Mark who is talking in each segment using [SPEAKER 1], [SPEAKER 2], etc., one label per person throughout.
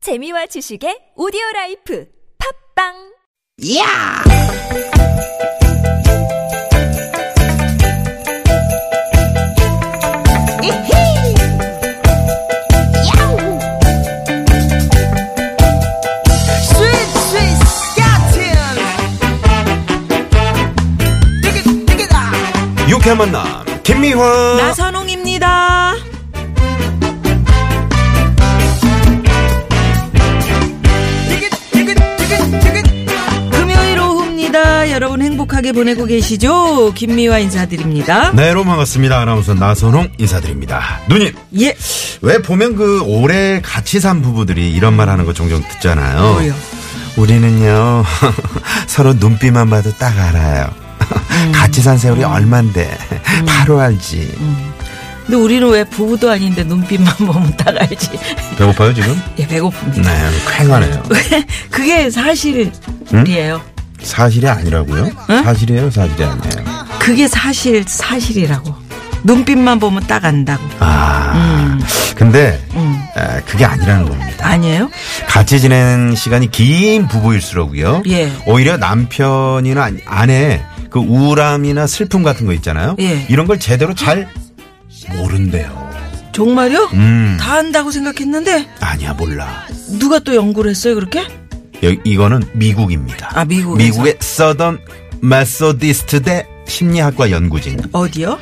[SPEAKER 1] 재미와 지식의 오디오 라이프 팝빵
[SPEAKER 2] 야! 이히! 야우! 스윗 스윗 스카틴! 디귿 디귿아!
[SPEAKER 3] 유쾌한 만남 김미화
[SPEAKER 4] 나선홍입니다.
[SPEAKER 2] 디귿 디귿 디귿 디귿
[SPEAKER 4] 금요일 오후입니다. 여러분 행복하게 보내고 계시죠? 김미화 인사드립니다.
[SPEAKER 3] 네 여러분 반갑습니다 아나운서 나선홍 인사드립니다 누님
[SPEAKER 4] 예.
[SPEAKER 3] 왜 보면 그 오래 같이 산 부부들이 이런 말 하는 거 종종 듣잖아요
[SPEAKER 4] 뭐요?
[SPEAKER 3] 우리는요 서로 눈빛만 봐도 딱 알아요
[SPEAKER 4] 음.
[SPEAKER 3] 같이 산 세월이 얼만데 바로 알지
[SPEAKER 4] 음. 근데 우리는 왜 부부도 아닌데 눈빛만 보면 딱 알지.
[SPEAKER 3] 배고파요 지금?
[SPEAKER 4] 예, 배고픕니다.
[SPEAKER 3] 네 쾌하네요
[SPEAKER 4] 그게 사실이에요.
[SPEAKER 3] 사실이 아니라고요? 사실이에요 사실이 아니에요
[SPEAKER 4] 그게 사실 사실이라고. 눈빛만 보면 딱 안다고.
[SPEAKER 3] 아 근데
[SPEAKER 4] 음.
[SPEAKER 3] 에, 그게 아니라는 겁니다
[SPEAKER 4] 아니에요?
[SPEAKER 3] 같이 지내는 시간이 긴 부부일수록요.
[SPEAKER 4] 예.
[SPEAKER 3] 오히려 남편이나 아내 그 우울함이나 슬픔 같은 거 있잖아요.
[SPEAKER 4] 예.
[SPEAKER 3] 이런 걸 제대로 잘 모른대요.
[SPEAKER 4] 정말요?
[SPEAKER 3] 음.
[SPEAKER 4] 다 안다고 생각했는데
[SPEAKER 3] 아니야 몰라.
[SPEAKER 4] 누가 또 연구를 했어요 그렇게?
[SPEAKER 3] 여- 이거는 미국입니다.
[SPEAKER 4] 아, 미국에서?
[SPEAKER 3] 미국의 서던 메소디스트 대 심리학과 연구진.
[SPEAKER 4] 어디요?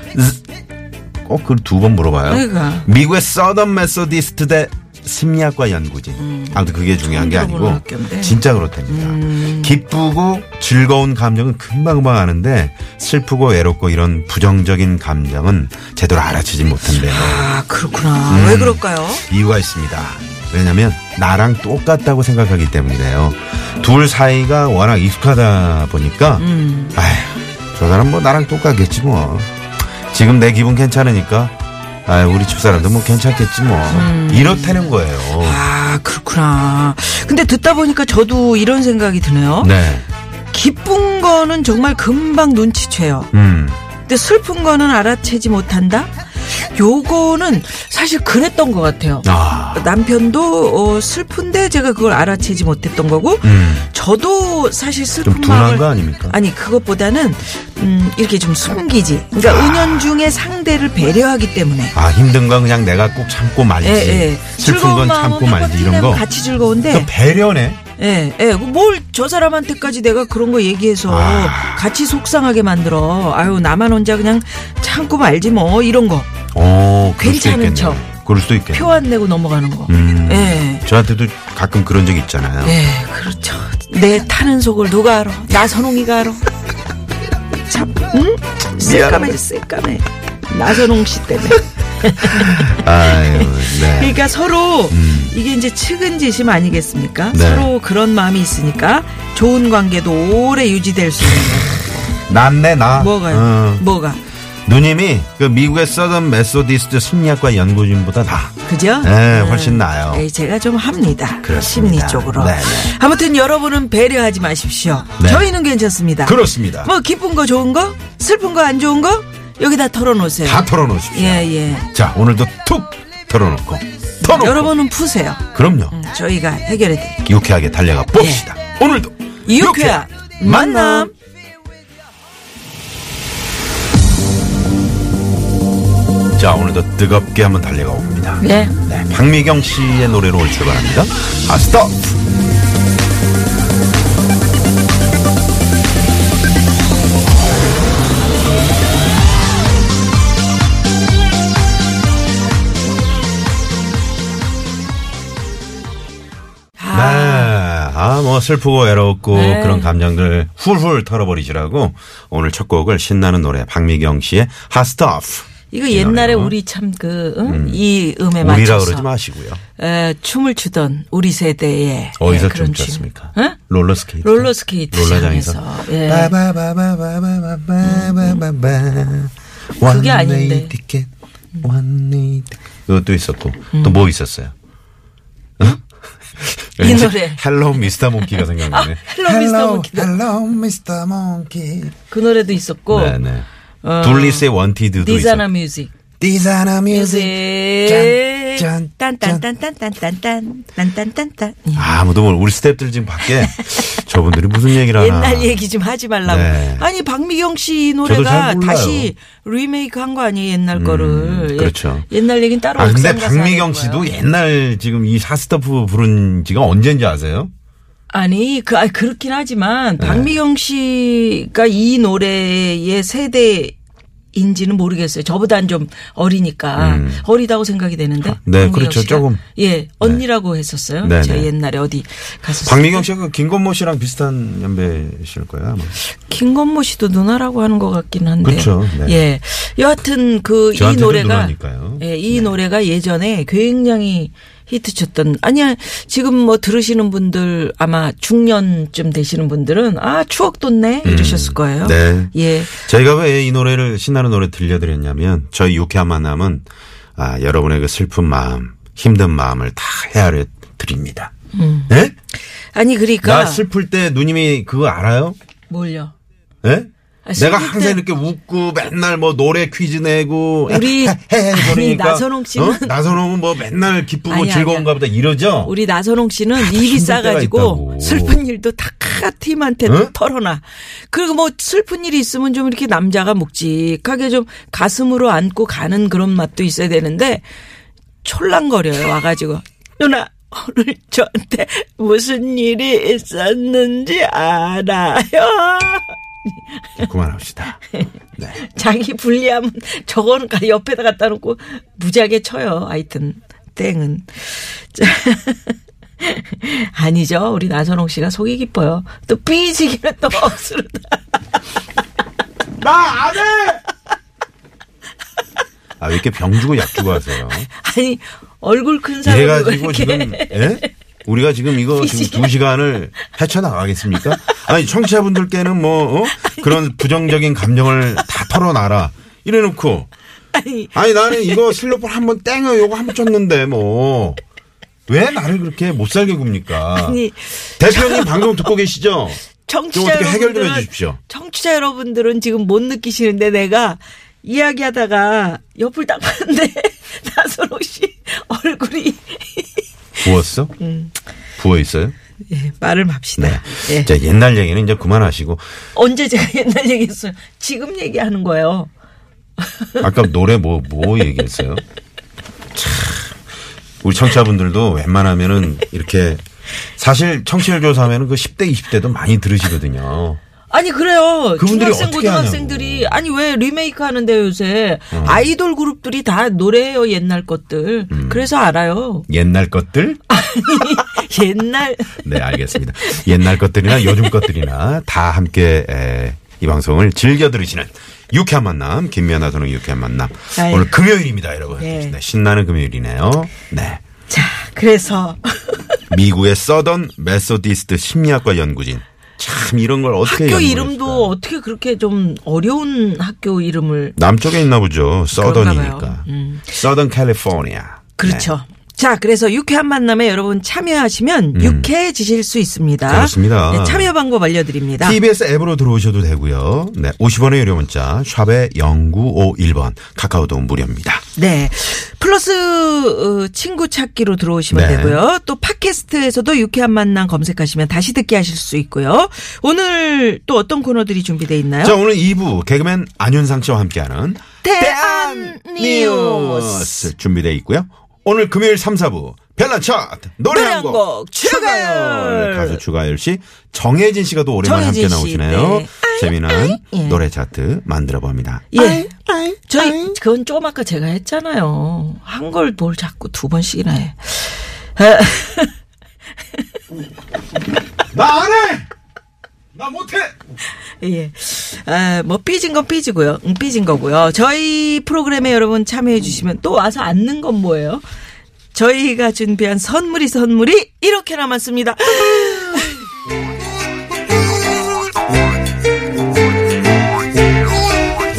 [SPEAKER 3] 꼭 그걸 두 번 물어봐요.
[SPEAKER 4] 그러니까.
[SPEAKER 3] 미국의 서던 메소디스트 대 심리학과 연구진. 아무튼 그게 중요한 게
[SPEAKER 4] 처음 음. 들어보는
[SPEAKER 3] 아니고
[SPEAKER 4] 학교인데. 음.
[SPEAKER 3] 진짜 그렇답니다. 기쁘고 즐거운 감정은 금방금방 아는데 슬프고 외롭고 이런 부정적인 감정은 제대로 알아채지 못한대요.
[SPEAKER 4] 아 그렇구나.
[SPEAKER 3] 음.
[SPEAKER 4] 왜 그럴까요?
[SPEAKER 3] 이유가 있습니다. 왜냐면 나랑 똑같다고 생각하기 때문이래요. 둘 사이가 워낙 익숙하다 보니까
[SPEAKER 4] 음.
[SPEAKER 3] 아휴 저 사람 뭐 나랑 똑같겠지 뭐. 지금 내 기분 괜찮으니까 아 우리 집사람도 뭐 괜찮겠지 뭐.
[SPEAKER 4] 음.
[SPEAKER 3] 이렇다는 거예요.
[SPEAKER 4] 아 그렇구나. 근데 듣다 보니까 저도 이런 생각이 드네요.
[SPEAKER 3] 네.
[SPEAKER 4] 기쁜 거는 정말 금방 눈치채요.
[SPEAKER 3] 음.
[SPEAKER 4] 근데 슬픈 거는 알아채지 못한다. 요거는 사실 그랬던 것 같아요.
[SPEAKER 3] 아.
[SPEAKER 4] 남편도 어, 슬픈데 제가 그걸 알아채지 못했던 거고
[SPEAKER 3] 음.
[SPEAKER 4] 저도 사실 슬픈
[SPEAKER 3] 좀 둔한
[SPEAKER 4] 마음을
[SPEAKER 3] 거 아닙니까?
[SPEAKER 4] 아니 그것보다는 음, 이렇게 좀 숨기지. 그러니까 은연중에 상대를 배려하기 때문에.
[SPEAKER 3] 아 힘든 건 그냥 내가 꼭 참고 말지.
[SPEAKER 4] 예, 예.
[SPEAKER 3] 슬픈 건 참고 말지 이런 거.
[SPEAKER 4] 같이
[SPEAKER 3] 그
[SPEAKER 4] 즐거운데.
[SPEAKER 3] 배려네.
[SPEAKER 4] 예, 예. 뭘 저 사람한테까지 내가 그런 거 얘기해서
[SPEAKER 3] 아.
[SPEAKER 4] 같이 속상하게 만들어. 아유, 나만 혼자 그냥 참고 말지 뭐, 이런 거.
[SPEAKER 3] 어, 그럴 수도
[SPEAKER 4] 괜찮은
[SPEAKER 3] 있겠네.
[SPEAKER 4] 척.
[SPEAKER 3] 그럴 수도 있겠네.
[SPEAKER 4] 표 안 내고 넘어가는 거.
[SPEAKER 3] 예. 음.
[SPEAKER 4] 예.
[SPEAKER 3] 저한테도 가끔 그런 적 있잖아요.
[SPEAKER 4] 예, 그렇죠. 내 타는 속을 누가 알아? 나선홍이가 알아. 참, 응? 새까매, 새까매. 나선홍 씨 때문에.
[SPEAKER 3] 아유, 네.
[SPEAKER 4] 그러니까 서로
[SPEAKER 3] 음.
[SPEAKER 4] 이게 이제 측은지심 아니겠습니까?
[SPEAKER 3] 네.
[SPEAKER 4] 서로 그런 마음이 있으니까 좋은 관계도 오래 유지될 수 있는 거.
[SPEAKER 3] 난내 나.
[SPEAKER 4] 뭐가요?
[SPEAKER 3] 어.
[SPEAKER 4] 뭐가?
[SPEAKER 3] 누님이 그 미국의 서던 메소디스트 심리학과 연구진보다 나.
[SPEAKER 4] 그죠?
[SPEAKER 3] 네, 훨씬 나아요.
[SPEAKER 4] 네, 제가 좀 합니다.
[SPEAKER 3] 그렇습니다.
[SPEAKER 4] 심리 쪽으로.
[SPEAKER 3] 네, 네.
[SPEAKER 4] 아무튼 여러분은 배려하지 마십시오.
[SPEAKER 3] 네.
[SPEAKER 4] 저희는 괜찮습니다.
[SPEAKER 3] 그렇습니다.
[SPEAKER 4] 뭐 기쁜 거 좋은 거, 슬픈 거 안 좋은 거 여기다 털어놓으세요.
[SPEAKER 3] 다 털어놓으십시오.
[SPEAKER 4] 예, 예.
[SPEAKER 3] 자, 오늘도 툭 털어놓고. 털어놓고.
[SPEAKER 4] 여러분은 푸세요.
[SPEAKER 3] 그럼요.
[SPEAKER 4] 음, 저희가 해결해 드릴게요.
[SPEAKER 3] 유쾌하게 달려가 봅시다. 오늘도.
[SPEAKER 4] 예. 유쾌한 만남.
[SPEAKER 3] 자, 오늘도 뜨겁게 한번 달려가 봅니다.
[SPEAKER 4] 네.
[SPEAKER 3] 네, 박미경 씨의 노래로 오늘 출발합니다. 아스톱! 네. 아, 뭐 슬프고 외롭고
[SPEAKER 4] 아. 네.
[SPEAKER 3] 그런 감정들 훌훌 털어버리시라고 오늘 첫 곡을 신나는 노래 박미경 씨의 핫스토프
[SPEAKER 4] 이거 옛날에
[SPEAKER 3] 이거요?
[SPEAKER 4] 우리 참 그 이 음에
[SPEAKER 3] 우리라
[SPEAKER 4] 네, 맞춰서
[SPEAKER 3] 그러지 마시고요.
[SPEAKER 4] 에, 춤을 추던 우리 세대의
[SPEAKER 3] 어디서
[SPEAKER 4] 예, 그런 춤.
[SPEAKER 3] 춤췄습니까?
[SPEAKER 4] 응?
[SPEAKER 3] 롤러스케이트.
[SPEAKER 4] 롤러스케이트 장에서. 예.
[SPEAKER 3] 네, 바바바바바바바바바바.
[SPEAKER 4] 그게 아닌데.
[SPEAKER 3] 원웨이 티켓, 원웨이 티켓. 그것도 있었고 또 뭐 있었어요?
[SPEAKER 4] 음. 이 노래. 아,
[SPEAKER 3] 헬로 미스터 몽키가 생각나네.
[SPEAKER 4] 헬로 미스터 몽키다.
[SPEAKER 3] 헬로 미스터 몽키.
[SPEAKER 4] 그 노래도 있었고
[SPEAKER 3] 네네.
[SPEAKER 4] 어,
[SPEAKER 3] 둘리스의 원티드도
[SPEAKER 4] 디자나
[SPEAKER 3] 있었고.
[SPEAKER 4] 뮤직
[SPEAKER 3] 디자나
[SPEAKER 4] 뮤직
[SPEAKER 3] 뮤직.
[SPEAKER 4] 짠,
[SPEAKER 3] 짠, 짠.
[SPEAKER 4] 딴딴딴딴딴딴딴딴딴딴. 예.
[SPEAKER 3] 아무도 모르 우리 스탭들 지금 밖에 저분들이 무슨 얘기를 하나.
[SPEAKER 4] 옛날 얘기 좀 하지 말라고.
[SPEAKER 3] 예. 네.
[SPEAKER 4] 아니 박미경 씨
[SPEAKER 3] 저도 잘
[SPEAKER 4] 노래가
[SPEAKER 3] 몰라요. 음,
[SPEAKER 4] 다시 리메이크 한 거 아니에요 옛날 거를. 예.
[SPEAKER 3] 그렇죠.
[SPEAKER 4] 옛날 얘기는 따로
[SPEAKER 3] 아 근데
[SPEAKER 4] 옥상 가서
[SPEAKER 3] 박미경
[SPEAKER 4] 하는
[SPEAKER 3] 씨도
[SPEAKER 4] 거예요.
[SPEAKER 3] 옛날 지금 이 샤스터프 부른 지가 언젠지 아세요?
[SPEAKER 4] 아니 그 아니, 그렇긴 하지만
[SPEAKER 3] 네.
[SPEAKER 4] 박미경 씨가 이 노래의 세대인지는 모르겠어요. 저보단 좀 어리니까 어리다고 생각이 되는데.
[SPEAKER 3] 음. 네,
[SPEAKER 4] 박미경
[SPEAKER 3] 그렇죠.
[SPEAKER 4] 씨가?
[SPEAKER 3] 조금.
[SPEAKER 4] 예 언니라고 했었어요.
[SPEAKER 3] 네,
[SPEAKER 4] 제가
[SPEAKER 3] 네.
[SPEAKER 4] 옛날에 어디 갔었어요.
[SPEAKER 3] 박미경 씨가 그 김건모 씨랑 비슷한 연배실 거예요. 아마.
[SPEAKER 4] 김건모 씨도 누나라고 하는 것 같긴 한데.
[SPEAKER 3] 그렇죠. 네.
[SPEAKER 4] 예. 여하튼 그 이
[SPEAKER 3] 저한테는
[SPEAKER 4] 노래가
[SPEAKER 3] 누나니까요. 네.
[SPEAKER 4] 예, 이 노래가 예전에 굉장히 히트쳤던 아니야 지금 뭐 들으시는 분들 아마 중년쯤 되시는 분들은 아 추억 돋네 이러셨을 거예요.
[SPEAKER 3] 음. 네.
[SPEAKER 4] 예.
[SPEAKER 3] 저희가 왜 이 노래를 신나는 노래 들려드렸냐면 저희 유쾌한 만남은 아, 여러분의 그 슬픈 마음, 힘든 마음을 다 헤아려 드립니다.
[SPEAKER 4] 음.
[SPEAKER 3] 네?
[SPEAKER 4] 아니 그러니까
[SPEAKER 3] 나 슬플 때 누님이 그거 알아요?
[SPEAKER 4] 뭘요?
[SPEAKER 3] 예?
[SPEAKER 4] 아,
[SPEAKER 3] 내가
[SPEAKER 4] 슬플
[SPEAKER 3] 항상
[SPEAKER 4] 때-
[SPEAKER 3] 이렇게 웃고 맨날 뭐 노래 퀴즈 내고
[SPEAKER 4] 우리-
[SPEAKER 3] 헤헤
[SPEAKER 4] 아니,
[SPEAKER 3] 그러니까
[SPEAKER 4] 나선홍 씨는-
[SPEAKER 3] 어? 나선홍은 뭐 맨날 기쁘고
[SPEAKER 4] 아니, 아니야.
[SPEAKER 3] 즐거운가 보다 이러죠.
[SPEAKER 4] 우리 나선홍 씨는 입이
[SPEAKER 3] 힘들 어. 때가
[SPEAKER 4] 싸가지고
[SPEAKER 3] 있다고.
[SPEAKER 4] 슬픈 일도 다 팀한테
[SPEAKER 3] 응?
[SPEAKER 4] 털어놔. 그리고 뭐 슬픈 일이 있으면 좀 이렇게 남자가 묵직하게 좀 가슴으로 안고 가는 그런 맛도 있어야 되는데 촐랑거려요. 와가지고. 누나, 오늘 저한테 무슨 일이 있었는지 알아요?
[SPEAKER 3] 그만합시다. 네.
[SPEAKER 4] 자기 불리하면 저거는 가- 옆에다 갖다 놓고 무지하게 쳐요. 하여튼 땡은 자, 아니죠. 우리 나선홍 씨가 속이 깊어요. 또 삐지기는 또 억수로 다.
[SPEAKER 3] 아, 왜 이렇게 병주고 약주고 하세요?
[SPEAKER 4] 아니 얼굴 큰 사람이
[SPEAKER 3] 이래가지고
[SPEAKER 4] 왜 이렇게
[SPEAKER 3] 지금, 예? 우리가 지금 이거 지금 두 시간을 헤쳐나가겠습니까? 아니, 청취자분들께는 뭐, 어? 그런 부정적인 감정을 다 털어놔라. 이래놓고.
[SPEAKER 4] 아니
[SPEAKER 3] 아니, 나는 이거 슬로폰 한번 땡어, 요거 한번 쳤는데, 뭐. 왜 나를 그렇게 못 살게 굽니까?
[SPEAKER 4] 아니,
[SPEAKER 3] 대표님 방송 듣고 계시죠? 좀
[SPEAKER 4] 청취자
[SPEAKER 3] 어떻게 해결 좀
[SPEAKER 4] 여러분들은-
[SPEAKER 3] 해주십시오.
[SPEAKER 4] 청취자 여러분들은 지금 못 느끼시는데 내가 이야기하다가 옆을 딱 봤는데 나선홍 씨 얼굴이
[SPEAKER 3] 부었어?
[SPEAKER 4] 음.
[SPEAKER 3] 부어 있어요?
[SPEAKER 4] 예, 말을 맙시다.
[SPEAKER 3] 네.
[SPEAKER 4] 예.
[SPEAKER 3] 자, 옛날 얘기는 이제 그만하시고.
[SPEAKER 4] 언제 제가 옛날 얘기했어요? 지금 얘기하는 거예요.
[SPEAKER 3] 아까 노래 뭐, 뭐 얘기했어요? 참. 우리 청취자분들도 웬만하면은 이렇게 사실 청취율 조사하면은 그 10대, 20대도 많이 들으시거든요.
[SPEAKER 4] 아니 그래요.
[SPEAKER 3] 그분들이
[SPEAKER 4] 중학생
[SPEAKER 3] 어떻게 하냐고.
[SPEAKER 4] 고등학생들이
[SPEAKER 3] 음.
[SPEAKER 4] 아니 왜 리메이크 하는데 요새 아이돌 그룹들이 다 노래해요 옛날 것들.
[SPEAKER 3] 음.
[SPEAKER 4] 그래서 알아요.
[SPEAKER 3] 옛날 것들?
[SPEAKER 4] 아니 옛날
[SPEAKER 3] 네, 알겠습니다. 옛날 것들이나 요즘 것들이나 다 함께 에, 이 방송을 즐겨 들으시는 유쾌한 만남, 김미아나 선는 유쾌한 만남.
[SPEAKER 4] 아유.
[SPEAKER 3] 오늘 금요일입니다, 여러분.
[SPEAKER 4] 네.
[SPEAKER 3] 네, 신나는 금요일이네요. 네.
[SPEAKER 4] 자 그래서
[SPEAKER 3] 미국의 서던 메소디스트 심리학과 연구진. 참 이런 걸 어떻게
[SPEAKER 4] 학교
[SPEAKER 3] 연구를
[SPEAKER 4] 이름도
[SPEAKER 3] 했을까요?
[SPEAKER 4] 어떻게 그렇게 좀 어려운 학교 이름을
[SPEAKER 3] 남쪽에 있나 보죠.
[SPEAKER 4] 봐요. 음.
[SPEAKER 3] 서던이니까. 서던 캘리포니아.
[SPEAKER 4] 그렇죠.
[SPEAKER 3] 네.
[SPEAKER 4] 자, 그래서 유쾌한 만남에 여러분 참여하시면 유쾌해지실 수 있습니다.
[SPEAKER 3] 음. 그렇습니다.
[SPEAKER 4] 네, 참여 방법 알려드립니다.
[SPEAKER 3] TBS 앱으로 들어오셔도 되고요. 네, 50원의 유료 문자 샵에 0951번 카카오도 무료입니다.
[SPEAKER 4] 네. 플러스 어, 친구 찾기로 들어오시면
[SPEAKER 3] 네.
[SPEAKER 4] 되고요. 또 팟캐스트에서도 유쾌한 만남 검색하시면 다시 듣게 하실 수 있고요. 오늘 또 어떤 코너들이 준비돼 있나요?
[SPEAKER 3] 자, 오늘 2부 개그맨 안윤상 씨와 함께하는
[SPEAKER 4] 대한
[SPEAKER 3] 뉴스 준비되어 있고요. 오늘 금요일 3, 4부 별난 차트 노래
[SPEAKER 4] 노래 한
[SPEAKER 3] 한 곡
[SPEAKER 4] 곡 추가열!
[SPEAKER 3] 추가열 가수 추가열 씨 정혜진 씨가 또 오랜만에 함께
[SPEAKER 4] 정혜진 씨,
[SPEAKER 3] 나오시네요.
[SPEAKER 4] 네.
[SPEAKER 3] 재미난
[SPEAKER 4] 예.
[SPEAKER 3] 노래 차트 만들어 봅니다.
[SPEAKER 4] 예. 저희 그건 조금 아까 제가 했잖아요. 한 걸 뭘 자꾸 두 번씩이나 해.
[SPEAKER 3] 나 안 해. 나 못해.
[SPEAKER 4] 예. 아, 뭐 삐진 건 삐지고요. 응, 삐진 거고요. 저희 프로그램에 여러분 참여해 주시면 또 와서 앉는 건 뭐예요? 저희가 준비한 선물이 선물이 이렇게 남았습니다.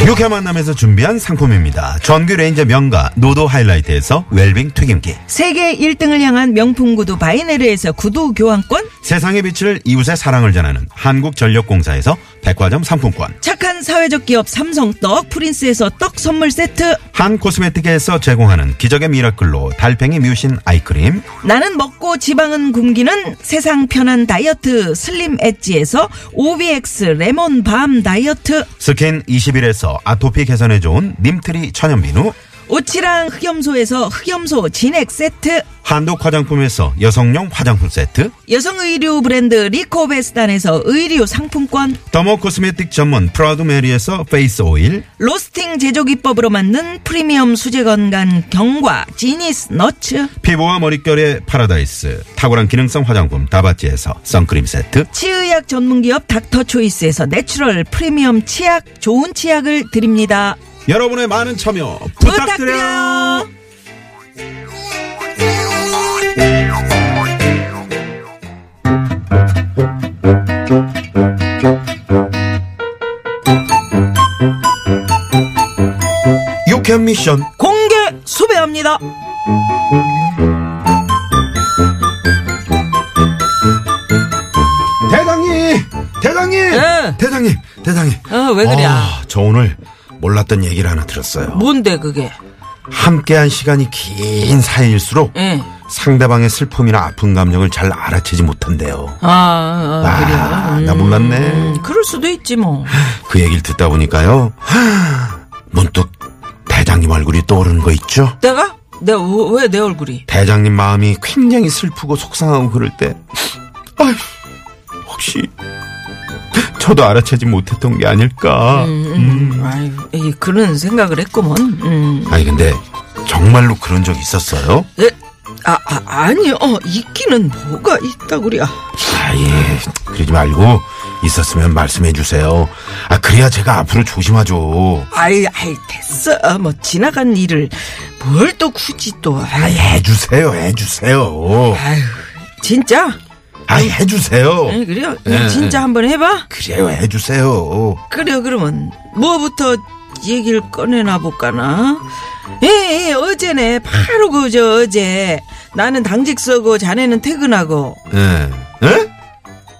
[SPEAKER 3] 유쾌 만남에서 준비한 상품입니다. 전규 레인저 명가 노도 하이라이트에서 웰빙 튀김기.
[SPEAKER 4] 세계 1등을 향한 명품 구두 바이네르에서 구두 교환권,
[SPEAKER 3] 세상의 빛을 이웃의 사랑을 전하는 한국전력공사에서 백화점 상품권.
[SPEAKER 4] 착한 사회적 기업 삼성떡 프린스에서 떡 선물 세트
[SPEAKER 3] 한 코스메틱에서 제공하는 기적의 미라클로 달팽이 뮤신 아이크림.
[SPEAKER 4] 나는 먹고 지방은 굶기는 세상 편한 다이어트 슬림 엣지에서 OBX 레몬밤 다이어트
[SPEAKER 3] 스킨 21에서 아토피 개선에 좋은 님트리 천연비누.
[SPEAKER 4] 오치랑 흑염소에서 흑염소 진액 세트
[SPEAKER 3] 한독 화장품에서 여성용 화장품 세트.
[SPEAKER 4] 여성 의류 브랜드 리코베스단에서 의류 상품권
[SPEAKER 3] 더모 코스메틱 전문 프라우드 메리에서 페이스 오일.
[SPEAKER 4] 로스팅 제조 기법으로 만든 프리미엄 수제 건강 경과 지니스 너츠
[SPEAKER 3] 피부와 머릿결의 파라다이스. 탁월한 기능성 화장품 다바찌에서 선크림 세트.
[SPEAKER 4] 치의학 전문기업 닥터초이스에서 내추럴 프리미엄 치약 좋은 치약을 드립니다
[SPEAKER 3] 여러분의 많은 참여 부탁드려요.
[SPEAKER 4] 부탁드려요.
[SPEAKER 3] 유캔 미션.
[SPEAKER 4] 공개 수배합니다.
[SPEAKER 3] 대장님! 대장님!
[SPEAKER 4] 예.
[SPEAKER 3] 대장님! 대장님!
[SPEAKER 4] 어, 왜 그래?
[SPEAKER 3] 아, 저 오늘 몰랐던 얘기를 하나 들었어요.
[SPEAKER 4] 뭔데 그게?
[SPEAKER 3] 함께한 시간이 긴 사이일수록
[SPEAKER 4] 예.
[SPEAKER 3] 상대방의 슬픔이나 아픈 감정을 잘 알아채지 못한대요.
[SPEAKER 4] 아, 아,
[SPEAKER 3] 아, 나 몰랐네.
[SPEAKER 4] 음, 그럴 수도 있지 뭐.
[SPEAKER 3] 그 얘기를 듣다 보니까요. 문득 대장님 얼굴이 떠오르는 거 있죠?
[SPEAKER 4] 내가? 내 왜 내 얼굴이?
[SPEAKER 3] 대장님 마음이 굉장히 슬프고 속상하고 그럴 때, 아휴, 혹시 저도 알아채지 못했던 게 아닐까.
[SPEAKER 4] 음, 아유, 에이, 그런 생각을 했구먼. 음.
[SPEAKER 3] 아니 근데 정말로 그런 적 있었어요?
[SPEAKER 4] 예. 아, 아 아니요. 어, 있기는 뭐가 있다 그래야.
[SPEAKER 3] 아예 그러지 말고 있었으면 말씀해 주세요. 아 그래야 제가 앞으로 조심하죠.
[SPEAKER 4] 아이, 아이 됐어. 뭐 지나간 일을 뭘 또 굳이 또.
[SPEAKER 3] 아
[SPEAKER 4] 아이,
[SPEAKER 3] 해주세요, 해주세요.
[SPEAKER 4] 아유, 진짜?
[SPEAKER 3] 아 해주세요.
[SPEAKER 4] 예, 그래요?
[SPEAKER 3] 예,
[SPEAKER 4] 진짜
[SPEAKER 3] 예.
[SPEAKER 4] 한번 해봐.
[SPEAKER 3] 그래요, 해주세요.
[SPEAKER 4] 그래요 그러면 뭐부터 얘기를 꺼내나 볼까나 예, 예 어제네 바로 그저 어제 나는 당직 서고 자네는 퇴근하고 아,
[SPEAKER 3] 예, 예?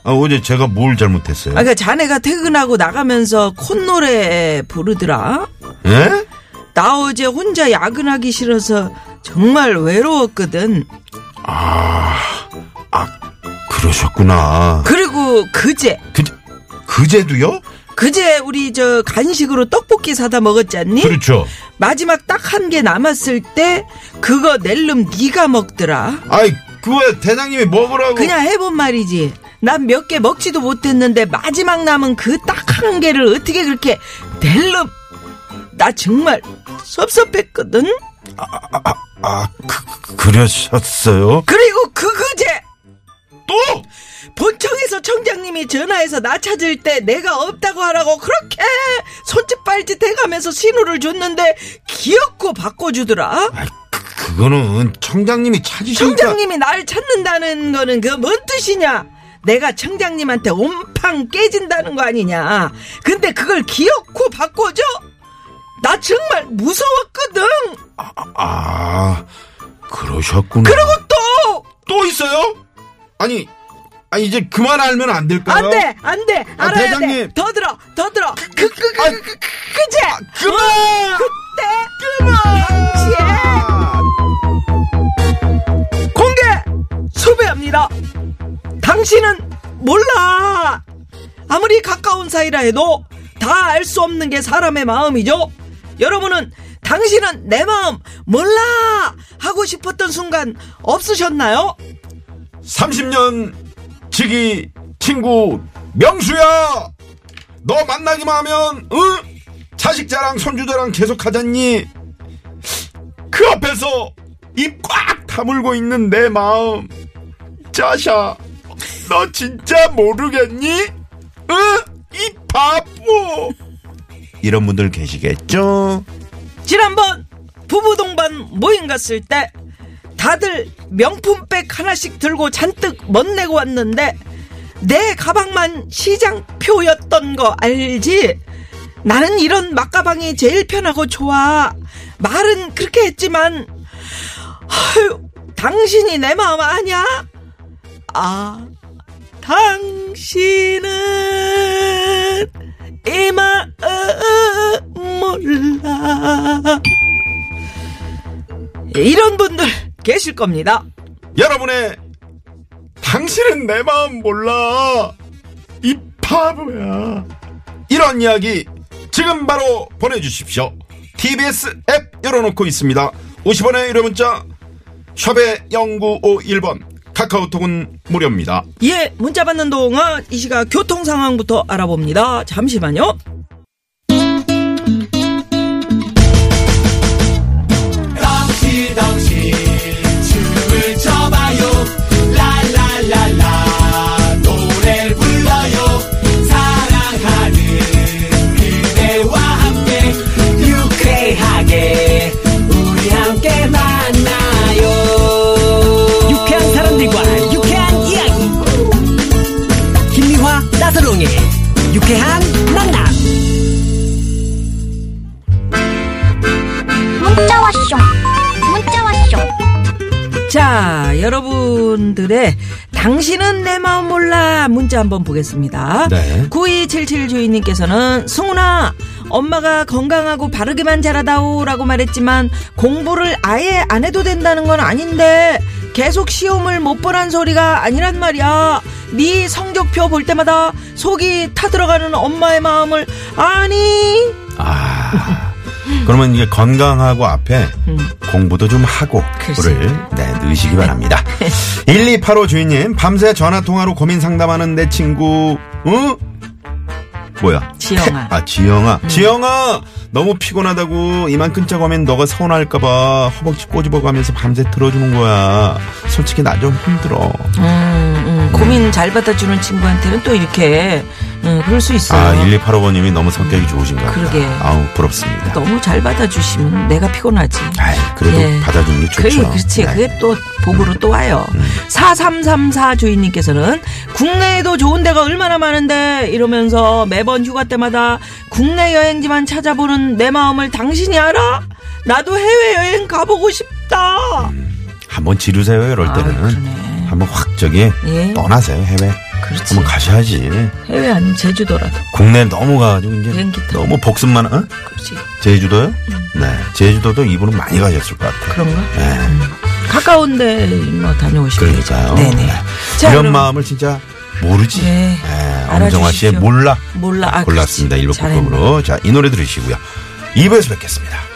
[SPEAKER 3] 아 어제 제가 뭘 잘못했어요?
[SPEAKER 4] 아까 그러니까 자네가 퇴근하고 나가면서 콧노래 부르더라
[SPEAKER 3] 예?
[SPEAKER 4] 나 어제 혼자 야근하기 싫어서 정말 외로웠거든
[SPEAKER 3] 그러셨구나.
[SPEAKER 4] 그리고 그제
[SPEAKER 3] 그 그제도요?
[SPEAKER 4] 그제 우리 저 간식으로 떡볶이 사다 먹었잖니
[SPEAKER 3] 그렇죠.
[SPEAKER 4] 마지막 딱 한 개 남았을 때 그거 낼름 네가 먹더라
[SPEAKER 3] 아이 그거 대장님이 먹으라고.
[SPEAKER 4] 그냥 해본 말이지. 난 몇 개 먹지도 못했는데 마지막 남은 그 딱 한 개를 어떻게 그렇게 델름 나 정말 섭섭했거든.
[SPEAKER 3] 아 그, 그러셨어요?
[SPEAKER 4] 그리고 그 그제
[SPEAKER 3] 또?
[SPEAKER 4] 본청에서 청장님이 전화해서 나 찾을 때 내가 없다고 하라고 그렇게 손짓 발짓 해가면서 신호를 줬는데 귀엽고 바꿔주더라.
[SPEAKER 3] 아이, 그, 그거는 청장님이 찾으시니까
[SPEAKER 4] 청장님이 날 찾는다는 거는 그 뭔 뜻이냐? 내가 청장님한테 온팡 깨진다는 거 아니냐? 근데 그걸 기어코 바꿔줘? 나 정말 무서웠거든.
[SPEAKER 3] 아 그러셨구나
[SPEAKER 4] 그리고 또
[SPEAKER 3] 또 있어요? 아니 아 이제 그만 알면 안 될까요?
[SPEAKER 4] 안돼 안돼
[SPEAKER 3] 아,
[SPEAKER 4] 알아야
[SPEAKER 3] 대장님.
[SPEAKER 4] 돼. 더 들어 더 들어. 그그그 그,
[SPEAKER 3] 아,
[SPEAKER 4] 그, 그, 그제
[SPEAKER 3] 그만
[SPEAKER 4] 그때 당시에 공개 수배합니다. 당신은 몰라. 아무리 가까운 사이라 해도 다 알 수 없는 게 사람의 마음이죠. 여러분은 당신은 내 마음 몰라 하고 싶었던 순간 없으셨나요?
[SPEAKER 3] 30년 지기 친구 명수야 너 만나기만 하면 응? 자식 자랑 손주 자랑 계속 하잖니 그 앞에서 입 꽉 다물고 있는 내 마음 짜샤 너 진짜 모르겠니? 응? 이 바보 이런 분들 계시겠죠?
[SPEAKER 4] 지난번 부부 동반 모임 갔을 때 다들 명품백 하나씩 들고 잔뜩 멋내고 왔는데 내 가방만 시장표였던 거 알지? 나는 이런 막가방이 제일 편하고 좋아. 말은 그렇게 했지만 아유, 당신이 내 마음 아냐? 아, 당신은 내 어, 마음을 몰라. 이런 분들 계실 겁니다.
[SPEAKER 3] 여러분의 당신은 내 마음 몰라 이 바보야 이런 이야기 지금 바로 보내주십시오 TBS 앱 열어놓고 있습니다 50원의 유료 문자 샵의 0951번 카카오톡은 무료입니다
[SPEAKER 4] 예, 문자 받는 동안 이 시각 교통 상황부터 알아봅니다. 잠시만요.
[SPEAKER 5] 유쾌한 사람들과 유쾌한 이야기 김미화 나서롱의 유쾌한 만남
[SPEAKER 6] 문자 왔쇼 문자 왔쇼
[SPEAKER 4] 자, 여러분들의 당신은 내 마음 몰라 문자 한번 보겠습니다.
[SPEAKER 3] 네.
[SPEAKER 4] 9277 주인님께서는 승훈아, 엄마가 건강하고 바르게만 자라다오라고 말했지만 공부를 아예 안 해도 된다는 건 아닌데 계속 시험을 못 보란 소리가 아니란 말이야. 네 성적표 볼 때마다 속이 타들어가는 엄마의 마음을 아니
[SPEAKER 3] 아 그러면 이제 건강하고 앞에
[SPEAKER 4] 음.
[SPEAKER 3] 공부도 좀 하고
[SPEAKER 4] 글쎄.
[SPEAKER 3] 를 네, 넣으시기 바랍니다 1285 주인님 밤새 전화통화로 고민 상담하는 내 친구 응? 뭐야
[SPEAKER 4] 지영아. 음.
[SPEAKER 3] 아 지영아 지영아 너무 피곤하다고 이만 끈적하면 너가 서운할까봐 허벅지 꼬집어가면서 밤새 들어주는 거야 솔직히 나 좀 힘들어 아,
[SPEAKER 4] 음, 음, 고민 잘 받아주는 친구한테는 또 이렇게 음, 그럴 수 있어요.
[SPEAKER 3] 아 1285번님이 너무 성격이 좋으신가 보다
[SPEAKER 4] 그러게.
[SPEAKER 3] 아우 부럽습니다
[SPEAKER 4] 너무 잘 받아주시면 내가 피곤하지.
[SPEAKER 3] 아이, 그래도
[SPEAKER 4] 예.
[SPEAKER 3] 받아주는 게 좋죠
[SPEAKER 4] 그,
[SPEAKER 3] 네.
[SPEAKER 4] 그렇지.
[SPEAKER 3] 음.
[SPEAKER 4] 그게 또 복으로 또 와요. 4334 주인님께서는 국내에도 좋은 데가 얼마나 많은데 이러면서 매번 휴가 때마다 국내 여행지만 찾아보는 내 마음을 당신이 알아? 나도 해외여행 가보고 싶다.
[SPEAKER 3] 음, 한번 지르세요 이럴
[SPEAKER 4] 아,
[SPEAKER 3] 때는
[SPEAKER 4] 그러네.
[SPEAKER 3] 한번 확 저기
[SPEAKER 4] 예.
[SPEAKER 3] 떠나세요 해외
[SPEAKER 4] 그렇지.
[SPEAKER 3] 한번 가셔야지
[SPEAKER 4] 해외 아니면 제주도라도.
[SPEAKER 3] 국내 너무 가가지고 이제
[SPEAKER 4] 비행기 타고. 음.
[SPEAKER 3] 너무 복습만 어?
[SPEAKER 4] 그렇지.
[SPEAKER 3] 제주도요? 네 제주도도 이분은 많이 가셨을 것 같아요
[SPEAKER 4] 그런가? 음.
[SPEAKER 3] 네.
[SPEAKER 4] 가까운데 뭐 다녀오시면
[SPEAKER 3] 그러니까요.
[SPEAKER 4] 네네.
[SPEAKER 3] 네.
[SPEAKER 4] 자,
[SPEAKER 3] 이런
[SPEAKER 4] 그럼
[SPEAKER 3] 마음을 진짜 모르지.
[SPEAKER 4] 네.
[SPEAKER 3] 예,
[SPEAKER 4] 알아주십시오.
[SPEAKER 3] 엄정화 씨의 몰라
[SPEAKER 4] 몰라. 아,
[SPEAKER 3] 골랐습니다.
[SPEAKER 4] 그렇지.
[SPEAKER 3] 일부
[SPEAKER 4] 잘했네.
[SPEAKER 3] 곡으로. 자, 이 노래 들으시고요. 2부에서 뵙겠습니다.